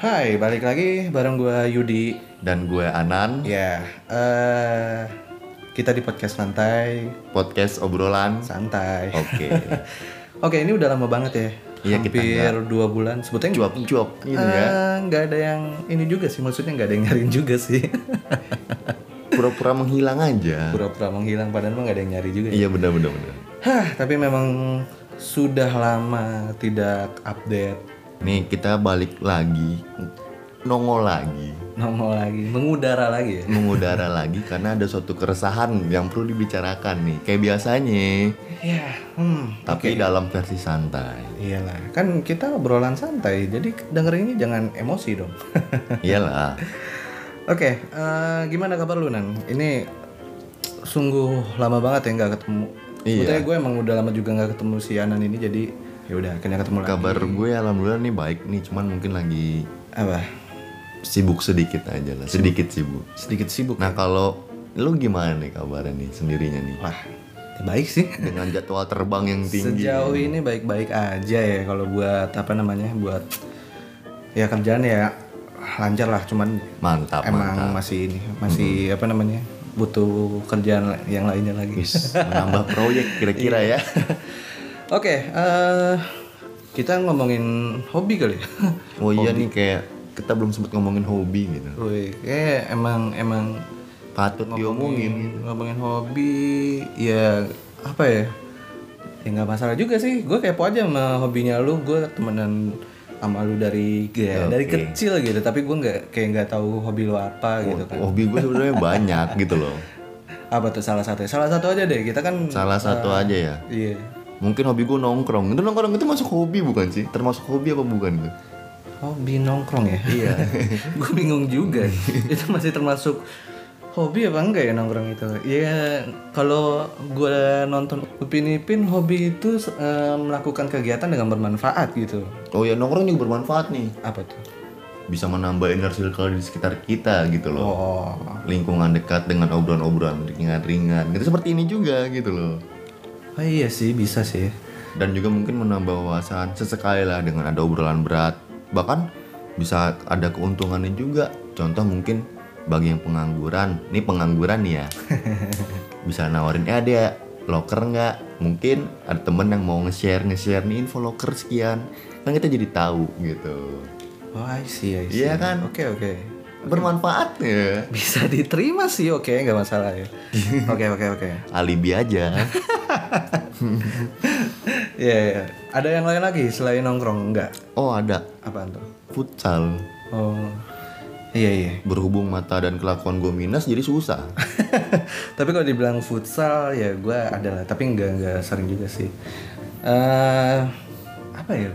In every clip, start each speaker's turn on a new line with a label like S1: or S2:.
S1: Hai, balik lagi bareng gue Yudi.
S2: Dan gue Anan,
S1: Ya, eh kita di podcast santai,
S2: podcast obrolan.
S1: santai.
S2: Oke,
S1: Oke, ini udah lama banget ya.
S2: Iya, kita
S1: Hampir dua bulan. Sebetulnya
S2: cuap-cuap gitu ya.
S1: eh, nggak ada yang ini juga sih. Maksudnya nggak ada yang nyariin juga sih.
S2: Pura-pura menghilang aja.
S1: Pura-pura menghilang, padahal mah nggak ada yang nyari juga. ya.
S2: Iya bener bener bener.
S1: Hah, tapi memang sudah lama tidak update
S2: Nih kita balik lagi, nongol lagi,
S1: nongol lagi, mengudara lagi ya.
S2: mengudara lagi karena ada suatu keresahan yang perlu dibicarakan nih. Kayak biasanya,
S1: Ya, hmm.
S2: tapi dalam versi santai.
S1: Iyalah, kan kita obrolan santai, jadi dengerinnya jangan emosi dong.
S2: Iyalah,
S1: Oke, eh, gimana kabar lu Nan? Ini sungguh lama banget ya nggak ketemu.
S2: Iya.
S1: Sebetulnya gue emang udah lama juga nggak ketemu si Anan ini, jadi ya udah akhirnya ketemu lagi.
S2: kabar gue alhamdulillah nih baik nih. Cuman mungkin lagi
S1: Apa?
S2: sibuk sedikit aja lah, sedikit sibuk.
S1: Sedikit sibuk. ya?
S2: Nah kalau lu gimana nih kabarnya nih sendirinya nih?
S1: Wah, ya baik sih.
S2: dengan jadwal terbang yang tinggi.
S1: Sejauh ini baik-baik aja ya kalau buat apa namanya buat ya kerjaan ya lancar lah, cuman
S2: Mantap,
S1: emang
S2: mantap.
S1: masih ini masih
S2: Hmm.
S1: apa namanya butuh kerjaan la- yang lainnya lagi.
S2: Wis, menambah proyek kira-kira
S1: Iya.
S2: ya.
S1: Oke, eh kita ngomongin hobi kali. ya.
S2: Oh iya nih kayak kita belum sempat ngomongin hobi gitu.
S1: Woi, kayak emang emang
S2: Patut diomongin.
S1: ngomongin hobi ya apa ya? Ya nggak masalah juga sih. Gue kepo aja sama hobinya lu. Gue temenan sama lu dari ya, dari kecil gitu. Tapi gue nggak kayak nggak tahu hobi lu apa gitu kan.
S2: Hobi gue sebenarnya banyak gitu loh.
S1: Apa tuh salah satu? Salah satu aja deh. Kita kan
S2: Salah satu aja ya.
S1: iya.
S2: Mungkin hobi gue nongkrong. Itu nongkrong itu masuk hobi bukan sih? Termasuk hobi apa bukan tuh?
S1: Oh, Hobi nongkrong ya? Iya. gue bingung juga. itu masih termasuk hobi apa enggak ya nongkrong itu? Ya kalau gue nonton Upin Ipin hobi itu eh, melakukan kegiatan dengan bermanfaat gitu.
S2: Oh ya nongkrong juga bermanfaat nih.
S1: Apa tuh?
S2: Bisa menambah inner circle di sekitar kita gitu loh.
S1: Oh,
S2: Lingkungan dekat dengan obrolan-obrolan ringan-ringan. Gitu seperti ini juga gitu loh.
S1: oh iya sih bisa sih.
S2: dan juga mungkin menambah wawasan sesekali lah dengan ada obrolan berat bahkan bisa ada keuntungannya juga contoh mungkin bagi yang pengangguran ini pengangguran nih ya bisa nawarin eh ada loker nggak mungkin ada temen yang mau nge-share nge-share nih info loker sekian kan kita jadi tahu gitu
S1: Oh, I see, I see.
S2: Iya kan?
S1: Oke, oke.
S2: bermanfaat ya
S1: Bisa diterima sih, oke, nggak masalah ya. Oke, oke, oke.
S2: alibi aja
S1: Iya, iya. ada yang lain lagi selain nongkrong enggak?
S2: oh ada
S1: Apaan tuh?
S2: futsal
S1: Oh, iya iya.
S2: berhubung mata dan kelakuan gue minus jadi susah
S1: tapi kalau dibilang futsal ya gue adalah tapi nggak nggak sering juga sih eh apa ya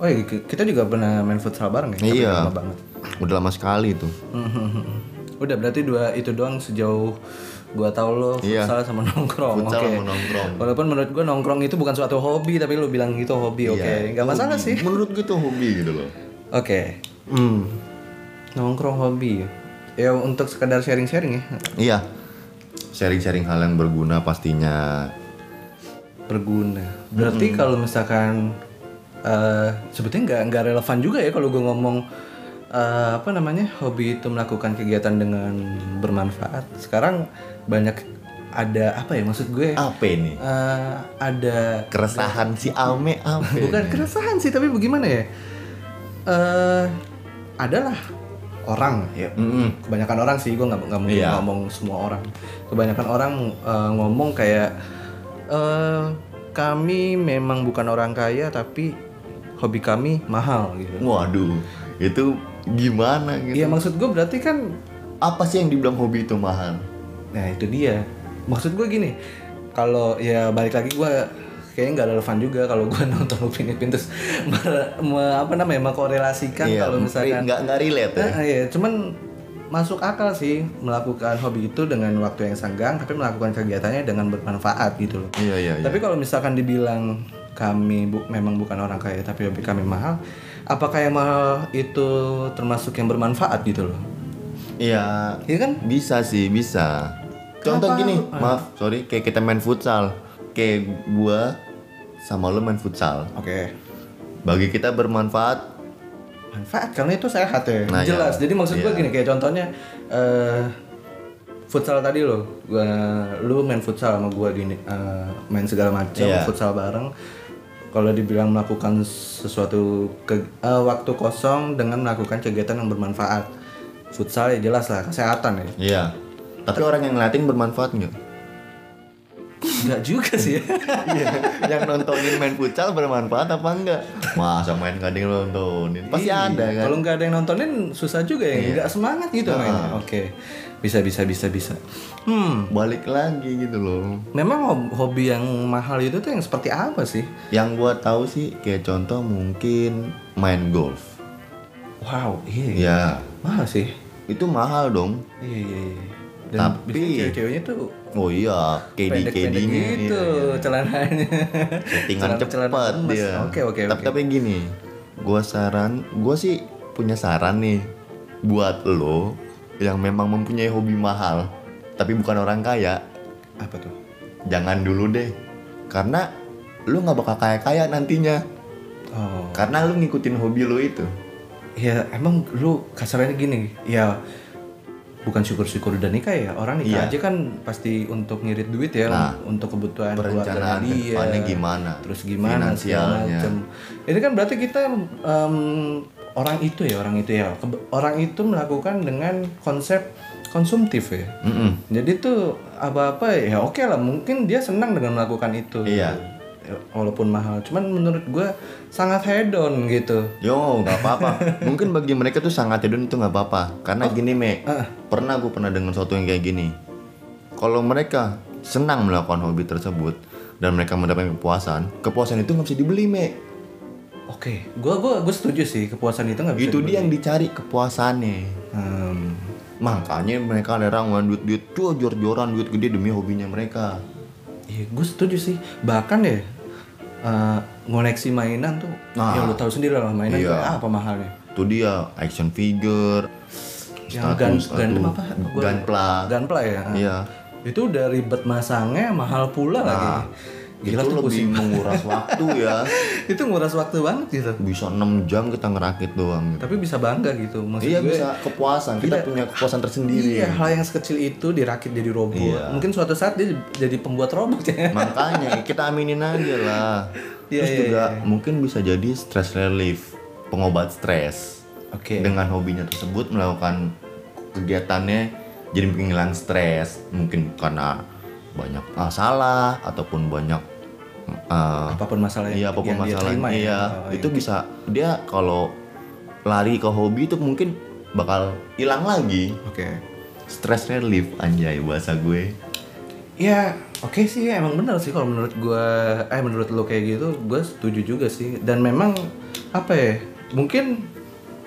S1: oh ya ki- kita juga pernah main futsal bareng ya tapi
S2: Iya.
S1: lama banget
S2: udah lama sekali tuh
S1: udah berarti dua itu doang sejauh gue tau lo
S2: Iya.
S1: futsal sama nongkrong Oh,
S2: futsal
S1: oke.
S2: sama nongkrong
S1: walaupun menurut gue nongkrong itu bukan suatu hobi tapi lo bilang itu hobi oke
S2: Iya.
S1: nggak masalah sih
S2: Menurut gue tuh hobi gitu loh.
S1: oke hmm. nongkrong hobi ya. ya untuk sekedar sharing sharing ya
S2: Iya. Sharing-sharing hal yang berguna pastinya.
S1: berguna. Berarti kalau misalkan eh sebetulnya nggak nggak relevan juga ya kalau gue ngomong eh, apa namanya hobi itu melakukan kegiatan dengan bermanfaat. Sekarang banyak ada apa ya maksud gue?
S2: Apa ini?
S1: eh, ada
S2: Keresahan si Ame apa?
S1: bukan keresahan sih tapi bagaimana ya? Eh adalah orang ya
S2: Mm-mm.
S1: kebanyakan orang sih gue nggak nggak mungkin
S2: Iya.
S1: ngomong semua orang kebanyakan orang eh, ngomong kayak eh kami memang bukan orang kaya tapi hobi kami mahal gitu
S2: Waduh, itu gimana gitu?
S1: Iya maksud gue berarti kan
S2: Apa sih yang dibilang hobi itu mahal?
S1: nah itu dia maksud gue gini kalau ya balik lagi gue kayaknya nggak relevan juga kalau gue nonton Upin Ipin terus mer- me- apa namanya mengkorelasikan Kan kalau misalkan
S2: Iya, eh, nggak nggak relate ya.
S1: Nah, iya, cuman masuk akal sih melakukan hobi itu dengan waktu yang senggang tapi melakukan kegiatannya dengan bermanfaat gitu loh.
S2: Iya iya. iya.
S1: Tapi kalau misalkan dibilang kami bu- memang bukan orang kaya tapi hobi kami mahal, apakah yang mahal itu termasuk yang bermanfaat gitu loh?
S2: Iya.
S1: Iya kan?
S2: Bisa sih bisa.
S1: Kenapa?
S2: Contoh
S1: Ah.
S2: gini, maaf, sorry, kayak kita main futsal, kayak gua sama lo main futsal.
S1: Oke.
S2: Bagi kita bermanfaat
S1: manfaat karena itu sehat ya
S2: Nah, iya.
S1: jelas jadi maksud gue
S2: Iya.
S1: gini kayak contohnya eh futsal tadi lo gua lu main futsal sama gue gini eh, main segala macam
S2: Iya.
S1: futsal bareng kalau dibilang melakukan sesuatu ke- eh, waktu kosong dengan melakukan kegiatan yang bermanfaat futsal ya jelas lah kesehatan ya
S2: Iya. Tapi orang yang ngeliatin bermanfaat nggak?
S1: Enggak juga sih ya
S2: Iya. yang nontonin main futsal bermanfaat apa enggak? Masa main gak ada yang nontonin? Pasti
S1: Iya,
S2: ada kan. Iya.
S1: Kalau nggak ada yang nontonin susah juga ya, nggak semangat gitu mainnya. Oke, bisa bisa bisa bisa. Hmm,
S2: Balik lagi gitu loh.
S1: memang hob- hobi yang mahal itu tuh yang seperti apa sih?
S2: Yang gua tahu sih kayak contoh mungkin main golf.
S1: Wow, iya,
S2: Ya,
S1: mahal sih.
S2: itu mahal dong.
S1: Iya iya. iya. Dan
S2: Tapi-
S1: biasanya cewek-ceweknya tuh
S2: Oh iya,
S1: pendek-pendek
S2: KD-KD-nya.
S1: gitu celananya.
S2: settingan
S1: Celana- celana
S2: cepet
S1: emas.
S2: dia.
S1: Oke oke
S2: Tapi
S1: oke.
S2: tapi gini, gua saran, gua sih punya saran nih buat lo yang memang mempunyai hobi mahal, tapi bukan orang kaya,
S1: Apa tuh?
S2: jangan dulu deh, karena lu nggak bakal kaya kaya nantinya,
S1: Oh,
S2: karena lu ngikutin hobi lo itu.
S1: ya emang lu kasarnya gini, ya bukan syukur-syukur udah nikah ya orang nikah
S2: Iya.
S1: aja kan pasti untuk ngirit duit ya
S2: Nah,
S1: untuk kebutuhan keluarga iya.
S2: Perencanaan ke
S1: dia
S2: depannya gimana?
S1: terus gimana segala
S2: Finansialnya.
S1: macam ini kan berarti kita em, orang itu ya orang itu ya Keb- orang itu melakukan dengan konsep konsumtif ya
S2: Mm-mm.
S1: jadi tuh apa-apa ya oke lah mungkin dia senang dengan melakukan itu
S2: Iya.
S1: Ya, walaupun mahal cuman menurut gua sangat hedon gitu
S2: Yo, nggak apa-apa. Mungkin bagi mereka tuh sangat hedon itu nggak apa-apa. Karena
S1: Oh.
S2: gini, Me.
S1: Ah.
S2: Pernah gue pernah dengan suatu yang kayak gini. Kalau mereka senang melakukan hobi tersebut dan mereka mendapatkan kepuasan, kepuasan itu nggak bisa dibeli, Me.
S1: Oke, gua gua gua setuju sih kepuasan itu nggak bisa.
S2: Itu
S1: dibeli.
S2: dia yang dicari kepuasannya.
S1: Hmm,
S2: Makanya mereka larang main duit-duit tuh jor-joran duit gede demi hobinya mereka.
S1: iya, gua setuju sih. Bahkan ya eh, ngoleksi mainan tuh,
S2: Nah.
S1: yang lu tahu sendiri lah mainan
S2: Iya.
S1: tuh apa mahalnya.
S2: Itu dia action figure,
S1: Yang gan
S2: status,
S1: gandem
S2: aduh,
S1: apa? Gua-
S2: Gunpla.
S1: Gunpla ya.
S2: Iya.
S1: Itu udah ribet masangnya, mahal pula lagi. Gila
S2: Nah, itu
S1: tuh
S2: lebih
S1: pusing.
S2: menguras waktu ya.
S1: itu nguras waktu banget gitu.
S2: bisa 6 jam kita ngerakit doang gitu.
S1: Tapi bisa bangga gitu. Maksud
S2: Iya
S1: gue,
S2: bisa kepuasan,
S1: Iya.
S2: kita punya kepuasan tersendiri.
S1: Iya, hal yang sekecil itu dirakit jadi robot.
S2: Iya.
S1: Mungkin suatu saat dia jadi pembuat robot ya.
S2: Makanya kita aminin aja lah.
S1: Iya,
S2: Terus
S1: iya,
S2: juga mungkin bisa jadi stress relief, pengobat stres.
S1: Oke.
S2: Dengan hobinya tersebut melakukan kegiatannya jadi menghilang stres, mungkin karena banyak masalah ataupun banyak eh,
S1: Apapun masalahnya.
S2: Iya apapun
S1: yang dia
S2: masalahnya
S1: terima ya.
S2: iya.
S1: Oh,
S2: itu bisa dia kalau lari ke hobi itu mungkin bakal hilang lagi
S1: Oke.
S2: stress relief anjay bahasa gue
S1: Ya, oke sih ya, emang benar sih kalau menurut gua eh menurut lo kayak gitu, gua setuju juga sih. Dan memang apa ya? Mungkin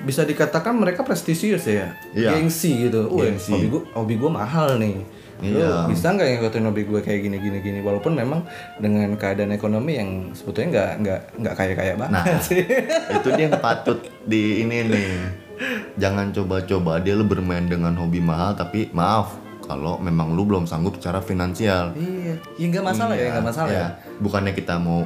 S1: bisa dikatakan mereka prestisius ya.
S2: Iya.
S1: Gengsi gitu. Wah,
S2: Gengsi.
S1: hobi gua hobi gua mahal nih. Lu
S2: Iya.
S1: bisa nggak ngikutin hobi gue kayak gini gini gini walaupun memang dengan keadaan ekonomi yang sebetulnya nggak nggak nggak kaya kaya banget
S2: Nah.
S1: sih
S2: itu dia yang patut di ini nih jangan coba-coba dia lu bermain dengan hobi mahal tapi maaf kalau memang lu belum sanggup secara finansial
S1: iya ya nggak masalah ya nggak masalah
S2: Iya.
S1: ya.
S2: bukannya kita mau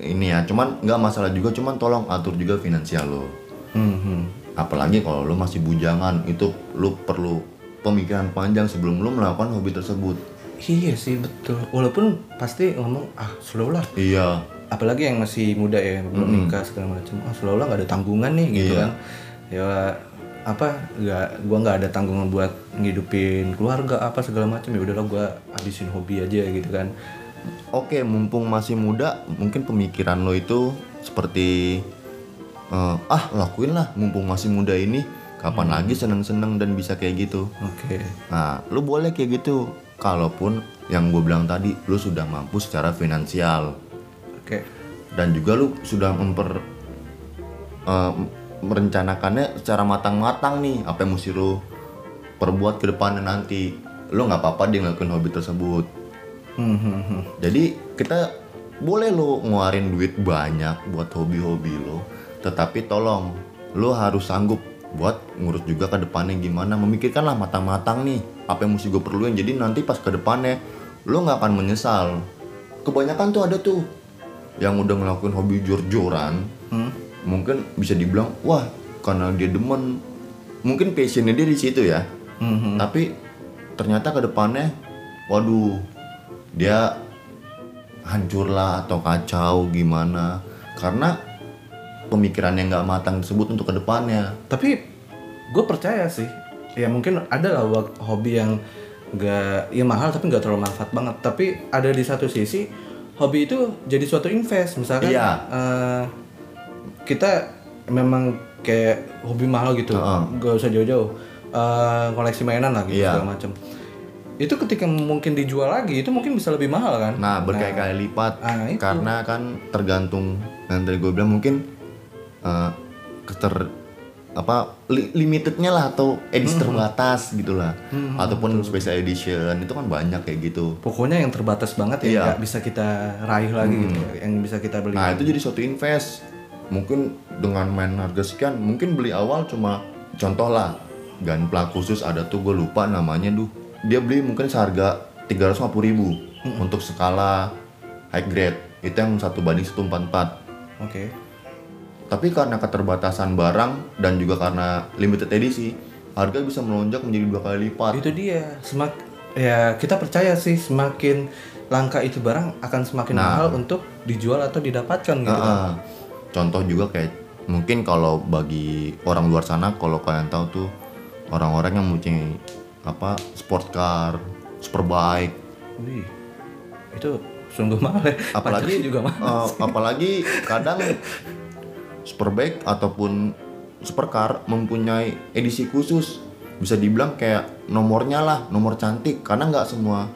S2: ini ya cuman nggak masalah juga cuman tolong atur juga finansial lo
S1: Hmm, hmm.
S2: apalagi kalau lu masih bujangan itu lu perlu pemikiran panjang sebelum lu melakukan hobi tersebut
S1: iya sih betul walaupun pasti ngomong ah slow lah
S2: iya
S1: apalagi yang masih muda ya belum nikah segala macam ah selalu nggak ada tanggungan nih gitu
S2: Iya.
S1: kan ya apa nggak gua nggak ada tanggungan buat ngidupin keluarga apa segala macam ya udahlah gua habisin hobi aja gitu kan
S2: oke mumpung masih muda mungkin pemikiran lo itu seperti eh, ah lakuin lah mumpung masih muda ini kapan
S1: Hmm.
S2: lagi seneng-seneng dan bisa kayak gitu
S1: oke
S2: nah lu boleh kayak gitu kalaupun yang gue bilang tadi lu sudah mampu secara finansial
S1: oke
S2: dan juga lu sudah memper eh, merencanakannya secara matang-matang nih apa yang mesti lu perbuat ke depannya nanti lu nggak apa-apa dia ngelakuin hobi tersebut
S1: Hmm, hmm, hmm.
S2: jadi kita boleh lo ngeluarin duit banyak buat hobi-hobi lo tetapi tolong lo harus sanggup buat ngurus juga ke depannya gimana memikirkanlah matang-matang nih apa yang mesti gue perluin jadi nanti pas ke depannya lo nggak akan menyesal kebanyakan tuh ada tuh yang udah ngelakuin hobi jor-joran mungkin bisa dibilang wah karena dia demen mungkin passionnya dia di situ ya
S1: Mhm.
S2: tapi ternyata ke depannya waduh dia hancurlah atau kacau gimana karena pemikirannya nggak matang tersebut untuk ke depannya
S1: tapi gue percaya sih ya mungkin ada lah wak- hobi yang nggak ya mahal tapi nggak terlalu manfaat banget tapi ada di satu sisi hobi itu jadi suatu invest misalkan
S2: Iya.
S1: eh, kita memang kayak hobi mahal gitu
S2: Heeh.
S1: nggak usah jauh-jauh Eh, koleksi mainan lah gitu
S2: Iya.
S1: segala macam itu ketika mungkin dijual lagi itu mungkin bisa lebih mahal kan
S2: Nah berkali-kali lipat
S1: ah, itu.
S2: karena kan tergantung yang tadi gue bilang mungkin eh, keter apa li- limitednya lah atau
S1: Hmm.
S2: edisi terbatas gitulah ataupun special edition itu kan banyak kayak gitu.
S1: pokoknya yang terbatas banget
S2: Iya. Hmm.
S1: ya nggak bisa kita raih lagi gitu yang bisa kita beli
S2: Nah itu jadi suatu invest mungkin dengan main harga sekian mungkin beli awal cuma contoh lah gunpla khusus ada tuh gue lupa namanya duh dia beli mungkin seharga 350.000 untuk skala high grade itu yang satu banding 144
S1: oke
S2: Tapi karena keterbatasan barang dan juga karena limited edisi, harga bisa melonjak menjadi dua kali lipat.
S1: itu dia semak ya kita percaya sih semakin langka itu barang akan semakin mahal untuk dijual atau didapatkan gitu
S2: Nah. Heeh. Contoh juga kayak mungkin kalau bagi orang luar sana kalau kalian tahu tuh orang-orang yang mempunyai apa sport car, superbike,
S1: Wih, itu sungguh mahal ya
S2: apalagi
S1: Pajaknya juga mahal
S2: eh, apalagi kadang superbike ataupun supercar mempunyai edisi khusus bisa dibilang kayak nomornya lah nomor cantik karena nggak semua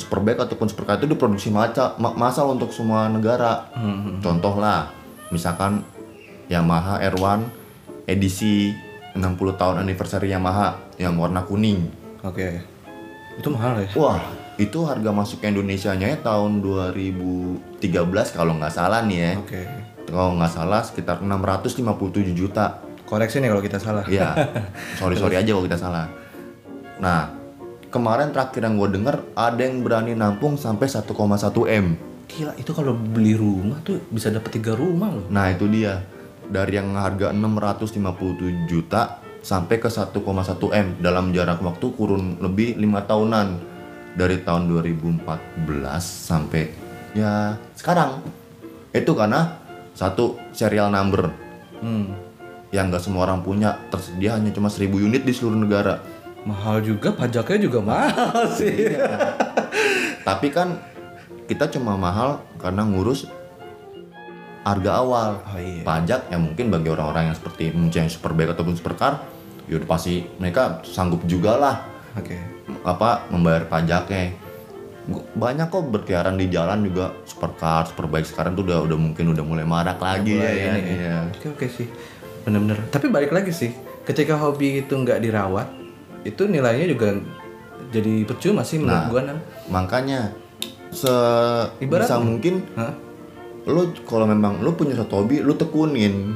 S2: superbike ataupun supercar itu diproduksi maca, ma- massal untuk semua negara contoh lah misalkan Yamaha R1 edisi 60 tahun anniversary Yamaha yang warna kuning
S1: oke itu mahal ya
S2: Wah, itu harga masuk ke Indonesia-nya tahun 2013 kalau nggak salah nih ya.
S1: oke
S2: Kalau nggak salah sekitar 657 juta.
S1: koreksi nih kalau kita salah
S2: Iya. sorry sorry aja kalau kita salah. Nah, kemarin terakhir yang gue denger ada yang berani nampung sampai 1,1 m.
S1: gila itu kalau beli rumah tuh bisa dapat tiga rumah loh
S2: Nah itu dia dari yang harga 657 juta sampai ke 1,1 m dalam jarak waktu kurun lebih lima tahunan dari tahun 2014 sampai ya sekarang itu karena satu serial number
S1: hmm.
S2: yang gak semua orang punya tersedia hanya cuma 1000 unit di seluruh negara
S1: mahal juga pajaknya juga mahal sih
S2: Iya. tapi kan kita cuma mahal karena ngurus harga awal
S1: Oh, iya.
S2: pajak ya mungkin bagi orang-orang yang seperti mencari superbike ataupun supercar ya udah pasti mereka sanggup juga lah
S1: oke
S2: m- apa membayar pajaknya Gu- banyak kok berkeliaran di jalan juga supercar superbike sekarang tuh udah udah mungkin udah mulai marak lagi
S1: Mulai
S2: ya,
S1: ini
S2: iya.
S1: Oke oke sih, bener-bener. Tapi balik lagi sih, ketika hobi itu nggak dirawat, itu nilainya juga jadi percuma sih menurut
S2: Nah.
S1: gua Nam.
S2: makanya se
S1: Ibarat-
S2: bisa mungkin
S1: Hah?
S2: lu kalau memang lu punya satu hobi lu tekunin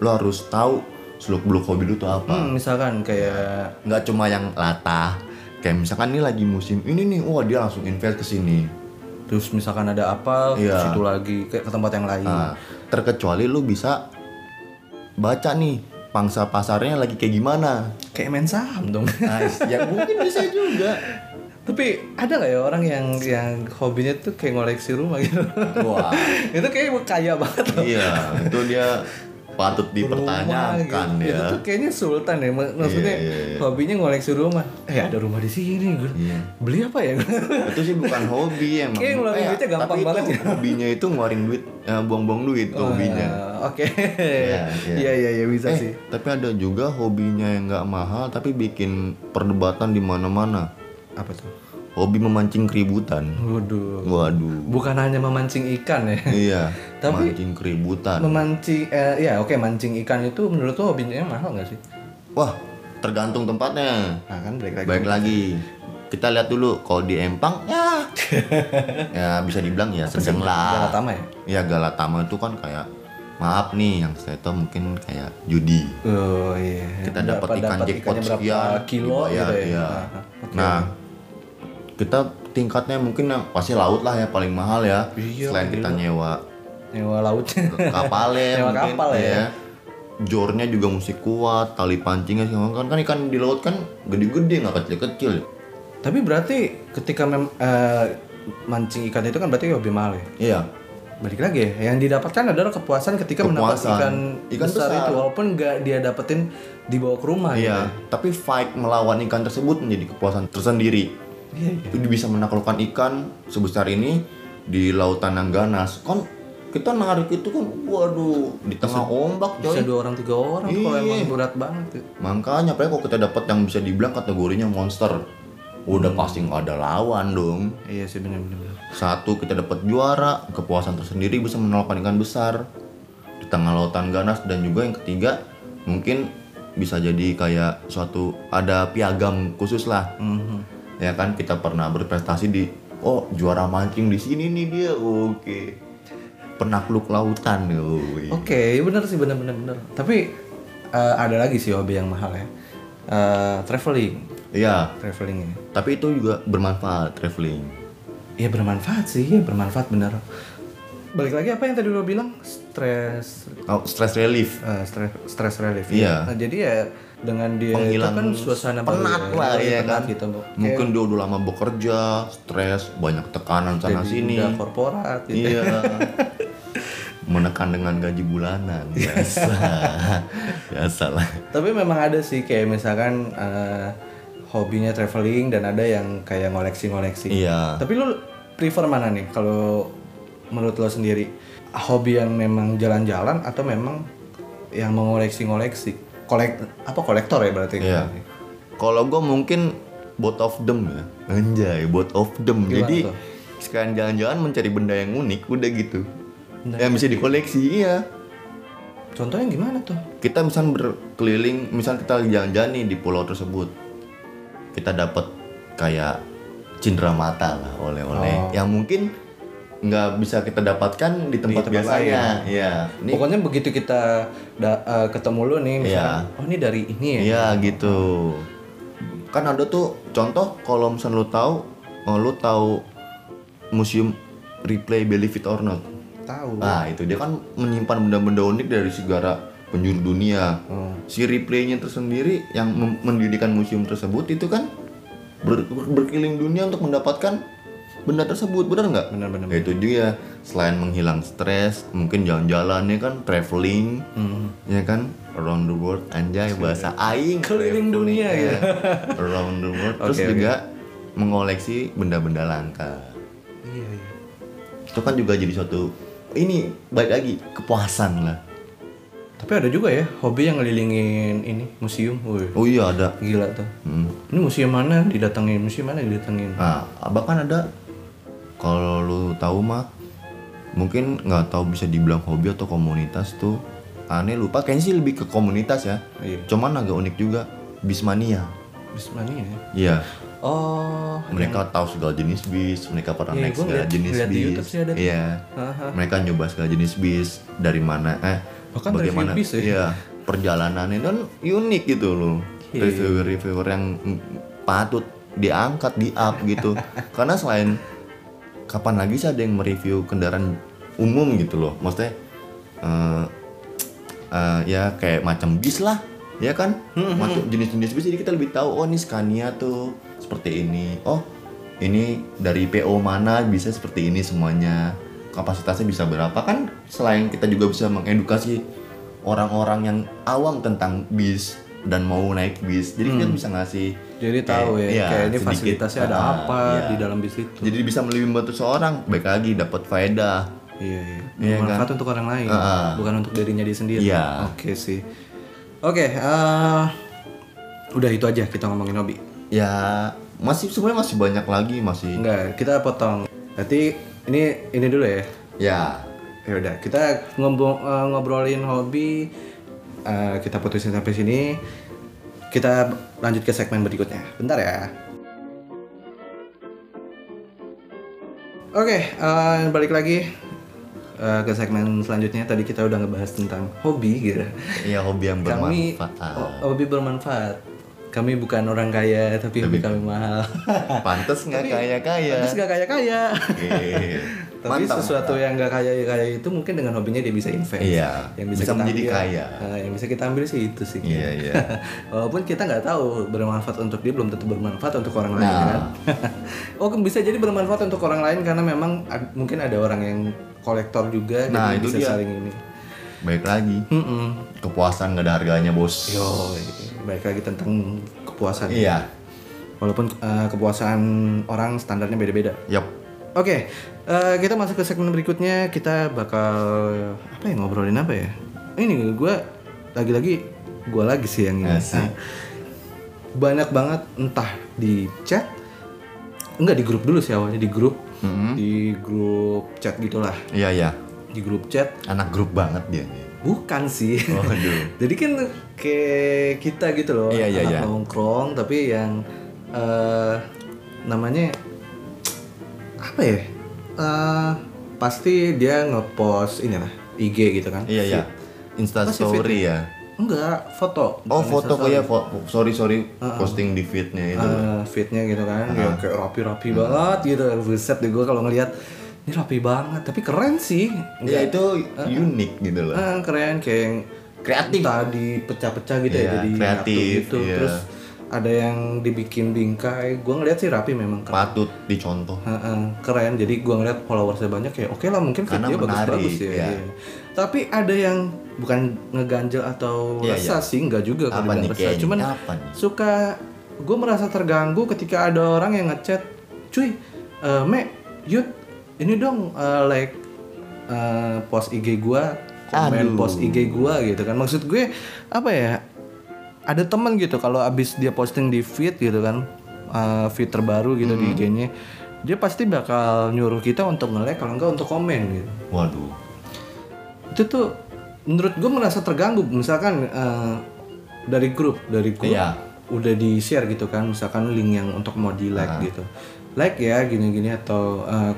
S2: lu harus tahu seluk beluk hobi lu tuh apa
S1: Hmm, misalkan kayak
S2: nggak cuma yang latah kayak misalkan ini lagi musim ini nih wah dia langsung invest ke sini
S1: terus misalkan ada apa
S2: Iya.
S1: ke situ lagi ke, ke tempat yang lain.
S2: Nah, terkecuali lu bisa baca nih pangsa pasarnya lagi kayak gimana
S1: Kayak main saham dong.
S2: nice. ya mungkin bisa juga
S1: Tapi ada nggak ya orang yang yang hobinya tuh kayak ngoleksi rumah gitu?
S2: wah
S1: itu kayak kaya banget loh.
S2: iya itu dia patut dipertanyakan
S1: Rumah gitu. Itu
S2: ya
S1: tuh kayaknya sultan ya. Mak- Maksudnya
S2: Iya, iya, iya.
S1: hobinya ngoleksi rumah. Eh ada rumah di sini gue.
S2: Iya.
S1: Beli apa ya?
S2: itu sih bukan hobi emang.
S1: Kayaknya ngeluarin duitnya gampang
S2: tapi itu
S1: banget ya.
S2: Hobinya itu ngeluarin duit, eh, buang-buang duit hobinya.
S1: Ah, Oke.
S2: Iya, iya.
S1: Iya iya iya bisa
S2: eh,
S1: sih.
S2: tapi ada juga hobinya yang nggak mahal tapi bikin perdebatan di mana-mana.
S1: Apa tuh?
S2: Hobi memancing keributan.
S1: Waduh.
S2: Waduh.
S1: Bukan hanya memancing ikan ya.
S2: iya.
S1: Tapi-
S2: mancing keributan.
S1: Memancing eh ya oke mancing ikan itu menurut tuh hobinya mahal nggak sih?
S2: Wah, tergantung tempatnya.
S1: Nah, kan balik lagi.
S2: Baik lagi. Kita lihat dulu kalau di Empang ya. ya bisa dibilang ya sedang lah.
S1: Galatama ya?
S2: Ya Galatama itu kan kayak maaf nih yang saya tahu mungkin kayak judi.
S1: Oh iya.
S2: Kita
S1: Berapa-
S2: dapat ikan
S1: dapat
S2: jackpot
S1: ikannya berapa
S2: sekian
S1: kilo
S2: dibayar,
S1: gitu ya.
S2: iya.
S1: Ah, ah, oke.
S2: Nah, kita tingkatnya mungkin yang pasti laut lah ya paling mahal ya.
S1: Iya,
S2: Selain kita nyewa
S1: nyewa lautnya.
S2: kapalnya
S1: Nyewa
S2: mungkin
S1: kapal ya.
S2: ya. jornya juga mesti kuat, tali pancingnya segala macam. kan ikan di laut kan gede-gede nggak kecil-kecil.
S1: Tapi berarti ketika mem, eh, mancing ikan itu kan berarti hobi mahal ya.
S2: Iya.
S1: Balik lagi ya, yang didapatkan adalah kepuasan ketika mendapat
S2: Kepuasan.
S1: ikan,
S2: Ikan
S1: besar,
S2: besar.
S1: itu walaupun nggak dia dapetin dibawa ke rumah ya.
S2: Iya, tapi fight melawan ikan tersebut menjadi kepuasan tersendiri.
S1: Iya, iya.
S2: Itu bisa menaklukkan ikan sebesar ini di lautan yang ganas. Kan kita narik itu kan waduh di tengah ombak coy.
S1: Bisa dua orang tiga orang tuh kalau
S2: Iya.
S1: emang berat banget. tuh.
S2: Makanya apalagi kalau kita dapat yang bisa dibilang kategorinya monster. Udah pasti nggak ada lawan dong.
S1: Iya sih benar-benar.
S2: Satu kita dapat juara, kepuasan tersendiri bisa menolakkan ikan besar di tengah lautan ganas dan juga yang ketiga mungkin bisa jadi kayak suatu ada piagam khusus lah.
S1: Mhm.
S2: Ya kan kita pernah berprestasi di oh juara mancing di sini nih dia. Oke. Penakluk lautan. Oke.
S1: Iya. Oke, bener sih bener-bener bener. Tapi eh, ada lagi sih hobi yang mahal ya. Eh, traveling,
S2: Iya,
S1: traveling ya.
S2: tapi itu juga bermanfaat traveling.
S1: Ya bermanfaat sih, ya bermanfaat bener. Balik lagi apa yang tadi lo bilang? Stress,
S2: Oh, stress relief.
S1: eh, stre- stress, relief.
S2: Iya.
S1: Nah, jadi ya dengan dia itu
S2: Penghilang
S1: kan suasana baru
S2: penat
S1: ya,
S2: lah
S1: iya,
S2: ya
S1: penat
S2: kan.
S1: gitu. Bu.
S2: Mungkin dia udah lama bekerja, stres, banyak tekanan sana
S1: Jadi
S2: sini.
S1: udah korporat gitu.
S2: Iya. Menekan dengan gaji bulanan biasa. Biasalah.
S1: Tapi memang ada sih kayak misalkan eh, hobinya traveling dan ada yang kayak ngoleksi-ngoleksi.
S2: Iya.
S1: Tapi lu prefer mana nih kalau menurut lo sendiri? Hobi yang memang jalan-jalan atau memang yang mengoleksi-ngoleksi? Kolek apa kolektor ya berarti?
S2: Iya. Kalau gue mungkin both of them ya. Anjay, both of them.
S1: Gimana
S2: Jadi
S1: tuh?
S2: sekalian jalan-jalan mencari benda yang unik udah gitu. Yang bisa dikoleksi, iya.
S1: Contohnya gimana tuh?
S2: kita misal berkeliling misal kita jalan-jalan nih di pulau tersebut kita dapat kayak cindera mata lah oleh-oleh yang mungkin nggak bisa kita dapatkan di tempat,
S1: tempat
S2: biasanya Iya. ini
S1: Pokoknya begitu kita da- eh, ketemu lu nih misalkan, oh ini dari ini ya.
S2: iya gitu kan ada tuh contoh kalau misal lu tahu oh, lu tahu museum replay believe it or not
S1: Tahu.
S2: nah itu dia kan menyimpan benda-benda unik dari segala penjuru dunia
S1: Hmm.
S2: si replaynya tersendiri yang mem- mendirikan museum tersebut itu kan ber- ber- berkeliling dunia untuk mendapatkan benda tersebut benar nggak?
S1: Benar-benar.
S2: Ya, itu juga selain menghilang stres mungkin jalan-jalan ya kan traveling ya kan around the world anjay bahasa aing
S1: Keliling dunia, ya.
S2: Traveling, ya. around the world terus
S1: Oke, oke.
S2: juga mengoleksi benda-benda langka
S1: Iya, iya.
S2: itu kan juga jadi suatu ini baik lagi kepuasan lah
S1: Tapi ada juga ya hobi yang ngelilingin ini museum. Wih,
S2: oh iya ada
S1: gila tuh.
S2: Hmm.
S1: Ini museum mana didatengin? Museum mana didatengin?
S2: Nah, bahkan ada kalau lu tahu mah mungkin nggak tahu bisa dibilang hobi atau komunitas tuh aneh lupa kayaknya sih lebih ke komunitas ya
S1: Iya.
S2: cuman agak unik juga bismania
S1: Bismania ya.
S2: iya
S1: Oh,
S2: mereka tahu segala jenis bis mereka pernah
S1: Iya,
S2: naik
S1: gua
S2: segala
S1: ngeliat-
S2: jenis
S1: ngeliat di
S2: bis
S1: YouTube sih ada tuh.
S2: iya
S1: Aha.
S2: mereka nyoba segala jenis bis dari mana eh
S1: Bahkan review
S2: bagaimana
S1: bis ya.
S2: iya perjalanannya dan unik gitu loh
S1: Iya.
S2: reviewer-reviewer yang mm, patut diangkat di up gitu karena selain kapan lagi sih ada yang mereview kendaraan umum gitu loh maksudnya eh, eh, ya kayak macam bis lah ya kan macam jenis-jenis bis jadi kita lebih tahu oh ini Scania tuh seperti ini oh ini dari PO mana bisa seperti ini semuanya kapasitasnya bisa berapa kan selain kita juga bisa mengedukasi orang-orang yang awam tentang bis dan mau naik bis jadi kita bisa ngasih
S1: Hmm. Jadi
S2: kayak-
S1: tahu ya,
S2: iya,
S1: kayak ini
S2: sedikit,
S1: fasilitasnya ada
S2: ah,
S1: apa
S2: iya.
S1: di dalam bis itu.
S2: jadi bisa lebih membantu seorang baik lagi dapat faedah
S1: Iya, iya.
S2: Iya,
S1: Bermanfaat untuk orang lain,
S2: Heeh.
S1: bukan untuk dirinya dia sendiri.
S2: Iya.
S1: Oke sih. Oke, eh, udah itu aja kita ngomongin hobi.
S2: ya masih sebenarnya masih banyak lagi masih
S1: Enggak, kita potong. Berarti ini ini dulu ya.
S2: ya
S1: Ya udah, kita ngombo- eh, ngobrolin hobi eh, kita putusin sampai sini. Kita lanjut ke segmen berikutnya. Bentar ya. Oke, eh, balik lagi eh, ke segmen selanjutnya. Tadi kita udah ngebahas tentang hobi gitu.
S2: ya hobi yang
S1: Kami Oh.
S2: bermanfaat
S1: ho- hobi bermanfaat. Kami bukan orang kaya, tapi hobi kami mahal.
S2: pantes nggak kaya kaya Gitu.
S1: Terus gak kaya-kaya.
S2: Oke.
S1: Tapi
S2: Mantap,
S1: sesuatu yang nggak kaya kaya itu mungkin dengan hobinya dia bisa invest.
S2: Iya,
S1: Yang
S2: bisa menjadi
S1: ambil,
S2: kaya.
S1: eh, yang bisa kita ambil sih itu sih.
S2: Iya, iya.
S1: Walaupun kita nggak tahu bermanfaat untuk dia belum tentu bermanfaat untuk orang lain
S2: Nah.
S1: kan. oh bisa jadi bermanfaat untuk orang lain karena memang ad- mungkin ada orang yang kolektor juga. jadi
S2: Nah, itu
S1: bisa
S2: dia.
S1: saling ini.
S2: Baik lagi.
S1: Mm-mm.
S2: Kepuasan gak ada harganya, Bos.
S1: Yoi, baik lagi tentang kepuasan.
S2: Iya.
S1: Walaupun eh, kepuasan orang standarnya beda-beda.
S2: Yap.
S1: Oke, eh, kita masuk ke segmen berikutnya. Kita bakal apa ya ngobrolin apa ya? Ini gue lagi-lagi gue lagi sih yang ini.
S2: Asik.
S1: Nah, banyak banget entah di chat, enggak di grup dulu sih awalnya di grup, di grup chat gitulah,
S2: Iya, iya.
S1: di grup chat.
S2: Anak grup banget dia.
S1: Bukan sih.
S2: Oh. Waduh.
S1: Jadi kan kayak kita gitu loh,
S2: Iya, iya,
S1: anak
S2: iya.
S1: nongkrong tapi yang eh, namanya apa ya? Eh, pasti dia ngepost ini lah IG gitu kan?
S2: Iya, iya. Insta story ya.
S1: Enggak, foto. Bukan Ah,
S2: Oh, foto
S1: Instastory.
S2: kok ya, fo- sorry sorry posting di feednya itu.
S1: Eh, fitnya gitu kan, ya kayak rapi-rapi banget gitu. Buset deh gue kalau ngelihat ini rapi banget, tapi keren sih.
S2: Ya itu
S1: Ah,
S2: unik gitu loh.
S1: Eh, keren kayak yang
S2: Kreatif.
S1: tadi pecah-pecah gitu
S2: Iya,
S1: ya jadi
S2: kreatif,
S1: nyatu gitu
S2: iya.
S1: terus ada yang dibikin bingkai gue ngeliat sih rapi memang keren
S2: Patut dicontoh.
S1: Heeh, keren jadi gue ngeliat followersnya banyak ya oke lah mungkin
S2: Karena
S1: video bagus-bagus
S2: menarik,
S1: ya,
S2: iya.
S1: iya. tapi ada yang bukan ngeganjel atau
S2: Iya,
S1: resah sih nggak juga
S2: Apa
S1: kalau dibilang
S2: nih
S1: resah
S2: kayaknya?
S1: cuman
S2: Apa nih?
S1: suka gue merasa terganggu ketika ada orang yang ngechat cuy eh, me yud ini dong eh, like eh, post IG gua komen
S2: Aduh.
S1: post IG gua gitu kan maksud gue apa ya ada temen gitu kalau abis dia posting di feed gitu kan eh, feed terbaru gitu di IG-nya dia pasti bakal nyuruh kita untuk nge-like kalau enggak untuk komen gitu
S2: Waduh.
S1: itu tuh menurut gue merasa terganggu misalkan eh, dari grup dari grup
S2: Iya.
S1: udah di share gitu kan misalkan link yang untuk mau di like gitu like ya gini-gini atau eh,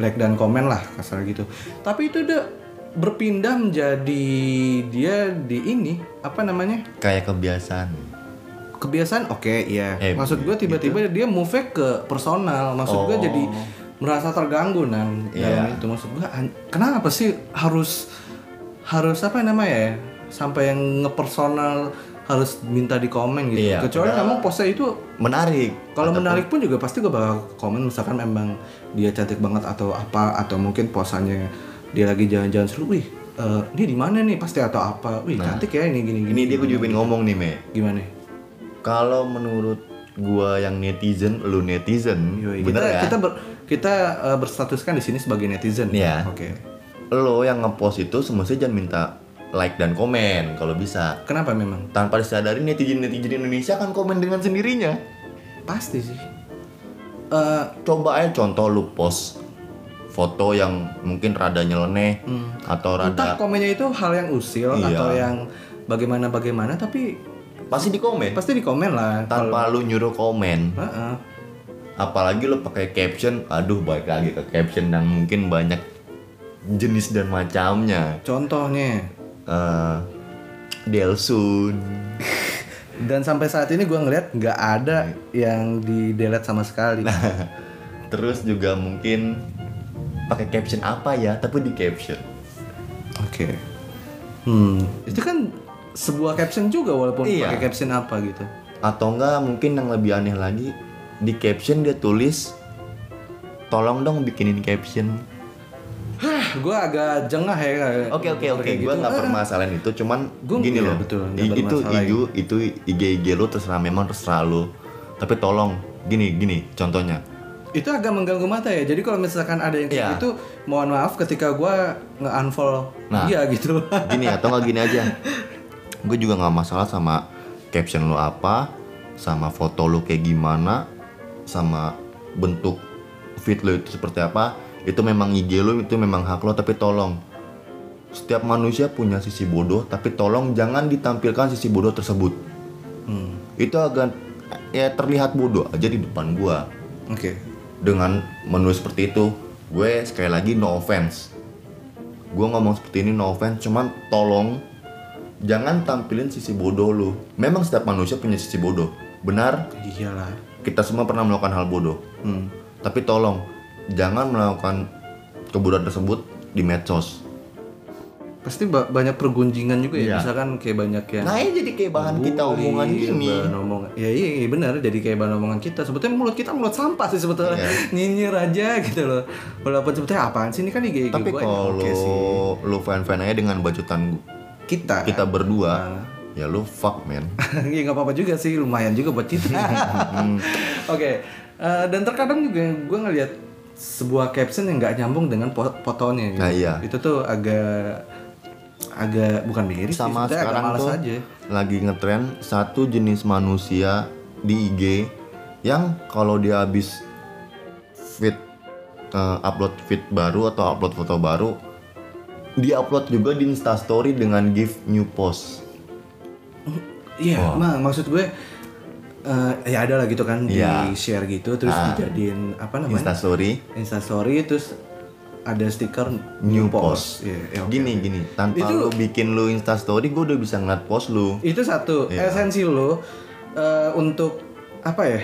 S1: like dan komen lah kasar gitu tapi itu udah berpindah menjadi dia di ini apa namanya
S2: Kayak kebiasaan.
S1: kebiasaan oke iya
S2: Eh,
S1: maksud gue tiba-tiba dia move ke personal maksud gue jadi
S2: Oh.
S1: merasa terganggu nan
S2: Iya.
S1: dalam itu maksud gue an- kenapa sih harus harus apa namanya ya sampai yang ngepersonal harus minta di komen gitu
S2: Iya,
S1: kecuali kamu postnya itu
S2: Menarik.
S1: kalau menarik pun juga pasti gue bakal komen misalkan emang dia cantik banget atau apa atau mungkin posanya dia lagi jalan-jalan seru wih eh, dia di mana nih pasti atau apa wih cantik ya ini gini gini
S2: Nah. Ini dia gue juga pengen ngomong nih, Me.
S1: gimana
S2: Kalau menurut gua yang netizen, lu netizen,
S1: Yoi,
S2: bener
S1: kita,
S2: ya?
S1: kita ber- kita uh, berstatuskan di sini sebagai netizen.
S2: Iya.
S1: Oke.
S2: Lo yang ngepost itu semestinya jangan minta like dan komen kalau bisa.
S1: Kenapa memang?
S2: Tanpa disadari netizen-netizen Indonesia akan komen dengan sendirinya.
S1: Pasti sih. Eh,
S2: Coba aja contoh lu post foto yang mungkin rada nyeleneh atau
S1: entah
S2: rada
S1: komennya itu hal yang usil
S2: Iya.
S1: atau yang bagaimana bagaimana tapi
S2: pasti di komen
S1: pasti di komen lah.
S2: tanpa lu nyuruh komen.
S1: Kalau- Heeh.
S2: apalagi lo pakai caption aduh balik lagi ke caption yang mungkin banyak jenis dan macamnya
S1: Contohnya
S2: Eh, Delsun
S1: dan sampai saat ini gue ngeliat nggak ada
S2: Iya.
S1: yang di delete sama sekali.
S2: Nah. terus juga mungkin pakai caption apa ya tapi di caption
S1: Oke. Hmm. Itu kan sebuah caption juga walaupun
S2: Iya.
S1: pakai caption apa gitu.
S2: atau enggak mungkin yang lebih aneh lagi di caption dia tulis tolong dong bikinin caption
S1: gue agak jengah ya.
S2: oke oke oke
S1: Kayak
S2: gue
S1: gitu.
S2: nggak permasalahan itu cuman
S1: Gua-
S2: gini
S1: iya,
S2: loh
S1: betul, nggak
S2: i- itu
S1: bermasalah gitu.
S2: IG itu IG IG lo terserah memang terserah lo tapi tolong gini gini contohnya
S1: itu agak mengganggu mata ya jadi kalau misalkan ada yang kayak
S2: Iya.
S1: gitu mohon maaf ketika gua nge-unfollow
S2: Nah.
S1: dia gitu
S2: gini atau nggak gini aja gue juga nggak masalah sama caption lo apa sama foto lo kayak gimana sama bentuk fit lo itu seperti apa itu memang IG lo itu memang hak lo tapi tolong setiap manusia punya sisi bodoh tapi tolong jangan ditampilkan sisi bodoh tersebut itu agak ya terlihat bodoh aja di depan gua
S1: oke
S2: dengan menulis seperti itu gue sekali lagi no offense gue ngomong seperti ini no offense cuman tolong jangan tampilin sisi bodoh lu memang setiap manusia punya sisi bodoh benar
S1: iyalah
S2: Hmm. kita semua pernah melakukan hal bodoh tapi tolong jangan melakukan kebutuhan tersebut di medsos.
S1: Pasti ba- banyak pergunjingan juga ya.
S2: Iya.
S1: Misalkan kayak banyak yang
S2: Nah, ini jadi kayak bahan kita
S1: Bully,
S2: omongan gini.
S1: bahan omongan. Ya iya, iya, benar jadi kayak bahan omongan kita. Sebetulnya mulut kita mulut sampah sih sebetulnya.
S2: Iya.
S1: Nyinyir aja gitu loh. Walaupun sebetulnya apaan sih ini kan IG
S2: Tapi
S1: gua
S2: kalau
S1: oke sih. Ah.
S2: lu fan-fan aja dengan bacotan gu-
S1: Kita.
S2: kita berdua, ya lu fuck man.
S1: ya nggak apa-apa juga sih, lumayan juga buat kita.
S2: Hmm.
S1: Oke, eh, dan terkadang juga gue ngelihat sebuah caption yang nggak nyambung dengan po- fotonya. gitu.
S2: Nah, iya.
S1: Itu tuh agak agak bukan miris sih,
S2: Sama
S1: sebenarnya agak
S2: sekarang
S1: malas
S2: tuh
S1: aja.
S2: lagi ngetren satu jenis manusia di IG yang kalau dia habis feed eh, upload feed baru atau upload foto baru dia upload juga di instastory dengan give new post
S1: Iya, Ma, maksud gue eh, ya ada lah gitu kan
S2: Iya.
S1: di share gitu terus
S2: Ah.
S1: dijadiin apa namanya?
S2: instastory
S1: Instastory terus ada stiker
S2: new post
S1: Iya, ya, oke.
S2: gini gini tanpa
S1: Itu-
S2: lu bikin lu instastory gue udah bisa ngeliat post lu
S1: Itu satu
S2: Iya.
S1: esensi lo eh, untuk apa ya?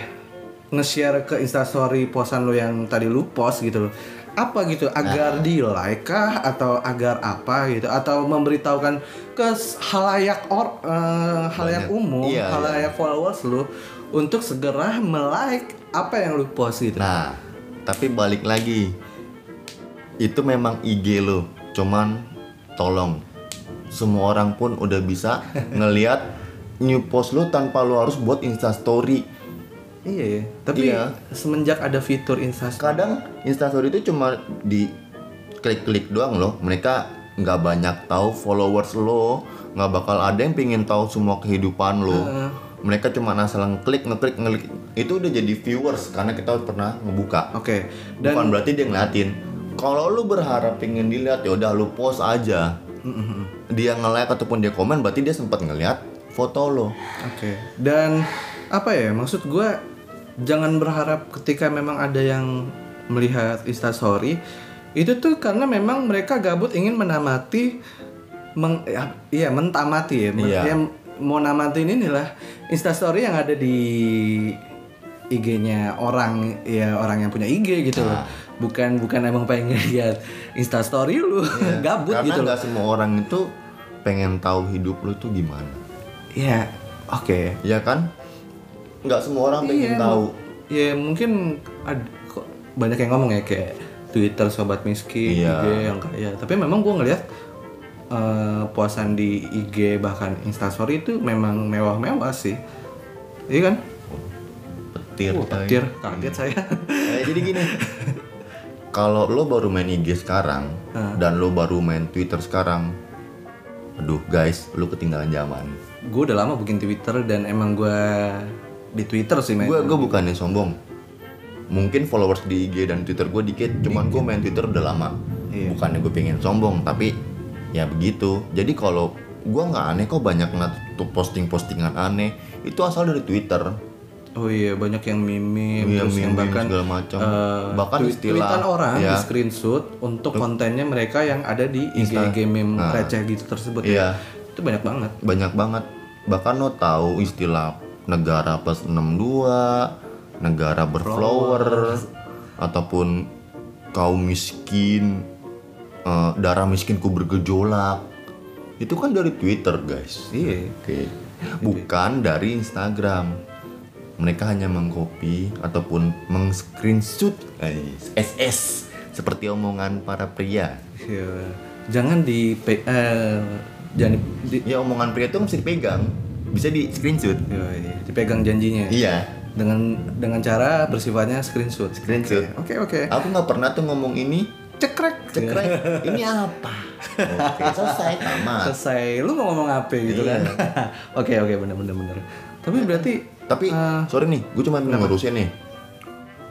S1: Nge-share ke instastory posan lo yang tadi lu post gitu loh. Apa gitu?
S2: Nah.
S1: Agar di like kah atau agar apa gitu atau memberitahukan ke s- halayak or eh, halayak
S2: Banyak.
S1: umum,
S2: Iya,
S1: halayak followers lu untuk segera melike apa yang lu post gitu.
S2: Nah, tapi balik lagi. Itu memang IG lo. Cuman tolong semua orang pun udah bisa ngelihat new post lo tanpa lo harus buat Insta story.
S1: Iya ya. Tapi
S2: Iya.
S1: semenjak ada fitur instastory
S2: Kadang Insta story itu cuma di klik-klik doang loh. Mereka nggak banyak tahu followers lo, nggak bakal ada yang pingin tahu semua kehidupan lo. Mereka cuma asal ngeklik, ngeklik, ngeklik. Itu udah jadi viewers karena kita pernah ngebuka.
S1: Oke. Dan
S2: Bukan berarti dia ngeliatin. Kalau lu berharap pengen dilihat ya udah lu post aja. Dia nge-like ataupun dia komen berarti dia sempat ngeliat foto lo.
S1: Oke. Dan apa ya? Maksud gua jangan berharap ketika memang ada yang melihat instastory itu tuh karena memang mereka gabut ingin menamati meng, ya, iya mentamati ya, men- ya,
S2: Iya.
S1: mau namatin inilah instastory yang ada di IG-nya orang ya orang yang punya IG gitu
S2: Iya.
S1: loh. Bukan bukan emang pengen lihat instastory lu gabut
S2: Iya. Karena
S1: gitu loh.
S2: nggak semua orang itu pengen tahu hidup lu tuh gimana.
S1: Iya. Oke.
S2: Ya kan? Nggak semua orang pengen tahu.
S1: ya mungkin ad- kok banyak yang ngomong ya kayak Twitter sobat miskin
S2: Iya.
S1: IG yang kaya tapi memang gua ngelihat eh, puasan di IG bahkan Instastory itu memang mewah-mewah sih iya kan
S2: Oh, Petir.
S1: Wah,
S2: tai.
S1: petir kaget saya
S2: Eh, jadi gini. Kalau lo baru main IG sekarang dan lo baru main Twitter sekarang, aduh guys, lo ketinggalan zaman.
S1: gue udah lama bikin Twitter dan emang gua di Twitter sih main
S2: gue gue bukannya sombong mungkin followers di IG dan Twitter gue dikit cuman gue main Twitter udah lama
S1: Iya.
S2: bukannya gue pengen sombong tapi ya begitu jadi kalau gue nggak aneh kok banyak ngeliat tuh posting-postingan aneh itu asal dari Twitter
S1: oh iya banyak yang meme
S2: Iya,
S1: terus yang
S2: meme-meme
S1: bahkan
S2: segala macam.
S1: eh,
S2: Bahkan
S1: tweet-
S2: istilah,
S1: tweetan orang
S2: ya.
S1: di screenshot untuk kontennya mereka yang ada di IG
S2: Insta. Nah.
S1: IG meme receh gitu tersebut ya
S2: Iya.
S1: itu banyak banget
S2: banyak banget bahkan lo tahu istilah negara plus 62 negara berflower ataupun kaum miskin eh, darah miskinku bergejolak itu kan dari Twitter guys
S1: Iya.
S2: Oke. Bukan dari Instagram. Mereka hanya mengcopy ataupun meng-screenshot eh, SS seperti omongan para pria.
S1: Iya. Jangan di pe- eh, jangan di, di-
S2: Ya omongan pria itu mesti dipegang, bisa di-screenshot.
S1: iya, iya, dipegang janjinya.
S2: Iya.
S1: Dengan dengan cara bersifatnya screenshot.
S2: Screenshot. Iya.
S1: Oke, oke.
S2: Aku nggak pernah tuh ngomong ini.
S1: Cekrek.
S2: Cekrek. ini apa? Oke, selesai tamat.
S1: Selesai. Lu mau ngomong apa gitu kan?
S2: Iya.
S1: Oke, oke, bener bener bener. Tapi berarti
S2: Tapi sorry nih, gue cuma ngurusin nih.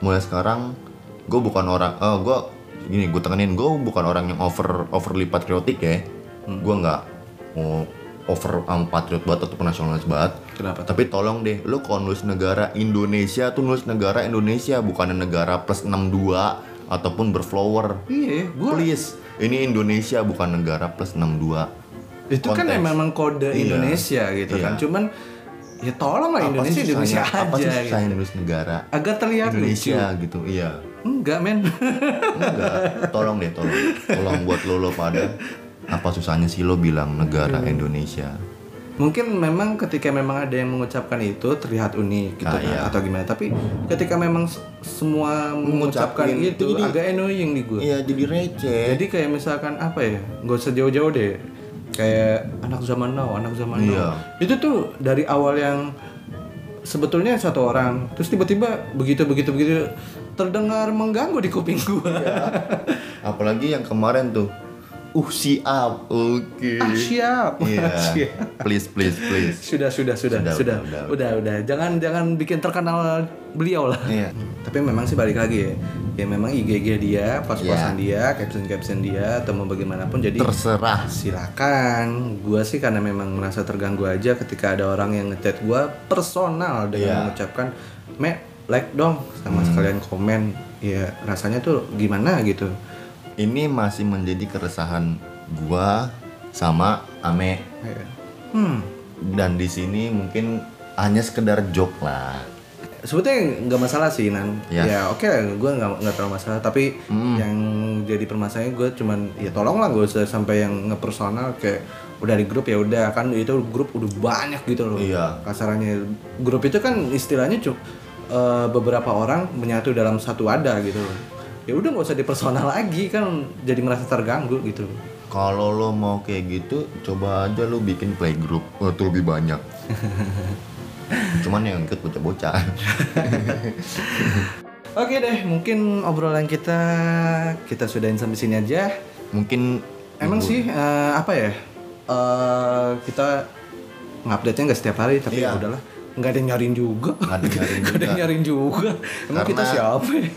S2: Mulai sekarang gue bukan orang, eh gue gini gue tekenin gue bukan orang yang over overlipat patriotik ya. Gue nggak mau over am patriot banget atau nasionalis banget.
S1: kenapa?
S2: Tapi tolong deh, lu kalau nulis negara Indonesia tuh nulis negara Indonesia bukan negara plus 62 ataupun berflower.
S1: Iya, gua
S2: Please, ini Indonesia bukan negara plus 62.
S1: itu kan
S2: konteks.
S1: memang kode
S2: Iya.
S1: Indonesia gitu
S2: Iya.
S1: kan. Cuman ya tolonglah
S2: Apa
S1: Indonesia
S2: sih
S1: Indonesia
S2: susahnya-
S1: aja
S2: Apa sih
S1: gitu.
S2: susahnya nulis negara
S1: Agar terlihat lucu.
S2: Indonesia gitu? Iya.
S1: Enggak, men.
S2: Enggak, tolong deh, tolong. Tolong buat lo lo pada apa susahnya sih lo bilang negara Indonesia.
S1: Mungkin memang ketika memang ada yang mengucapkan itu terlihat unik gitu
S2: Ah,
S1: kan,
S2: iya.
S1: atau gimana. Tapi ketika memang s- semua mengucapkan
S2: Mengucapin,
S1: itu
S2: jadi-
S1: agak annoying di gue.
S2: Iya, jadi receh.
S1: Jadi kayak misalkan apa ya? Gak usah jauh-jauh deh. Kayak anak zaman now, anak zaman
S2: Iya.
S1: now. Itu tuh dari awal yang sebetulnya satu orang, terus tiba-tiba begitu begitu begitu terdengar mengganggu di kuping gua.
S2: Apalagi yang kemarin tuh. Uh, siap. Oke.
S1: Ah, siap.
S2: Iya.
S1: Siap.
S2: Please, please, please.
S1: Sudah, sudah, sudah,
S2: Sudah,
S1: sudah,
S2: udah,
S1: sudah,
S2: udah,
S1: udah, Jangan, jangan bikin terkenal beliau lah.
S2: Iya.
S1: Tapi memang sih balik lagi ya. Ya memang IGG dia, pos-posan dia, caption-caption dia, atau mau bagaimanapun jadi
S2: Terserah.
S1: silakan gue sih karena memang merasa terganggu aja ketika ada orang yang ngechat gue personal dengan
S2: Iya.
S1: mengucapkan me like dong sama sekalian komen ya rasanya tuh gimana gitu
S2: Ini masih menjadi keresahan gua sama Ame
S1: Kayak, hmm
S2: dan di sini mungkin hanya sekedar joke lah.
S1: sebetulnya nggak masalah sih nan
S2: Iya. Hmm.
S1: ya oke gue nggak nggak terlalu masalah tapi yang jadi permasalahannya gue cuman ya tolonglah gue usah sampai yang ngepersonal kayak udah di grup ya udah kan itu grup udah banyak gitu loh
S2: Iya.
S1: kasarannya grup itu kan istilahnya cuma beberapa orang menyatu dalam satu ada gitu loh ya udah nggak usah dipersonal lagi kan jadi merasa terganggu gitu loh.
S2: Kalau lo mau kayak gitu, coba aja lo bikin playgroup, oh, itu lebih banyak. Cuman yang ikut bocah-bocah.
S1: oke deh mungkin obrolan kita kita sudahin sampai sini aja
S2: Mungkin
S1: Emang sih eh, apa ya? Eh, kita ngupdate-nya nggak setiap hari tapi ya
S2: Iya.
S1: udahlah nggak ada yang nyariin juga
S2: Nggak ada yang nyariin
S1: Nggak ada yang
S2: juga.
S1: nyariin juga emang kita
S2: Karena-
S1: siapa ya?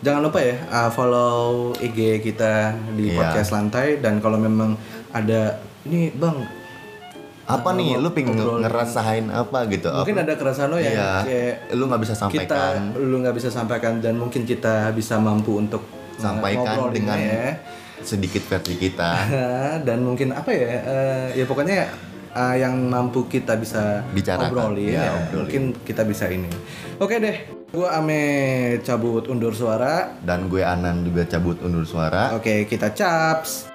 S1: jangan lupa ya eh, follow IG kita di
S2: Iya.
S1: podcast lantai dan kalau memang ada ini bang
S2: apa nih, lo pengen
S1: Obrolan.
S2: ngerasain apa gitu?
S1: mungkin ada keresahan lo yang
S2: Iya,
S1: kayak
S2: lo nggak bisa sampaikan.
S1: kita lu nggak bisa sampaikan dan mungkin kita bisa mampu untuk
S2: sampaikan
S1: ngobrol
S2: dengan
S1: ya.
S2: sedikit versi kita.
S1: Eh, dan mungkin apa ya eh, ya pokoknya eh, yang mampu kita bisa
S2: Bicarakan.
S1: obrolin ya,
S2: Ya, obrolin.
S1: mungkin kita bisa ini oke deh gua ame cabut undur suara
S2: Dan gue Anan juga cabut undur suara.
S1: oke kita caps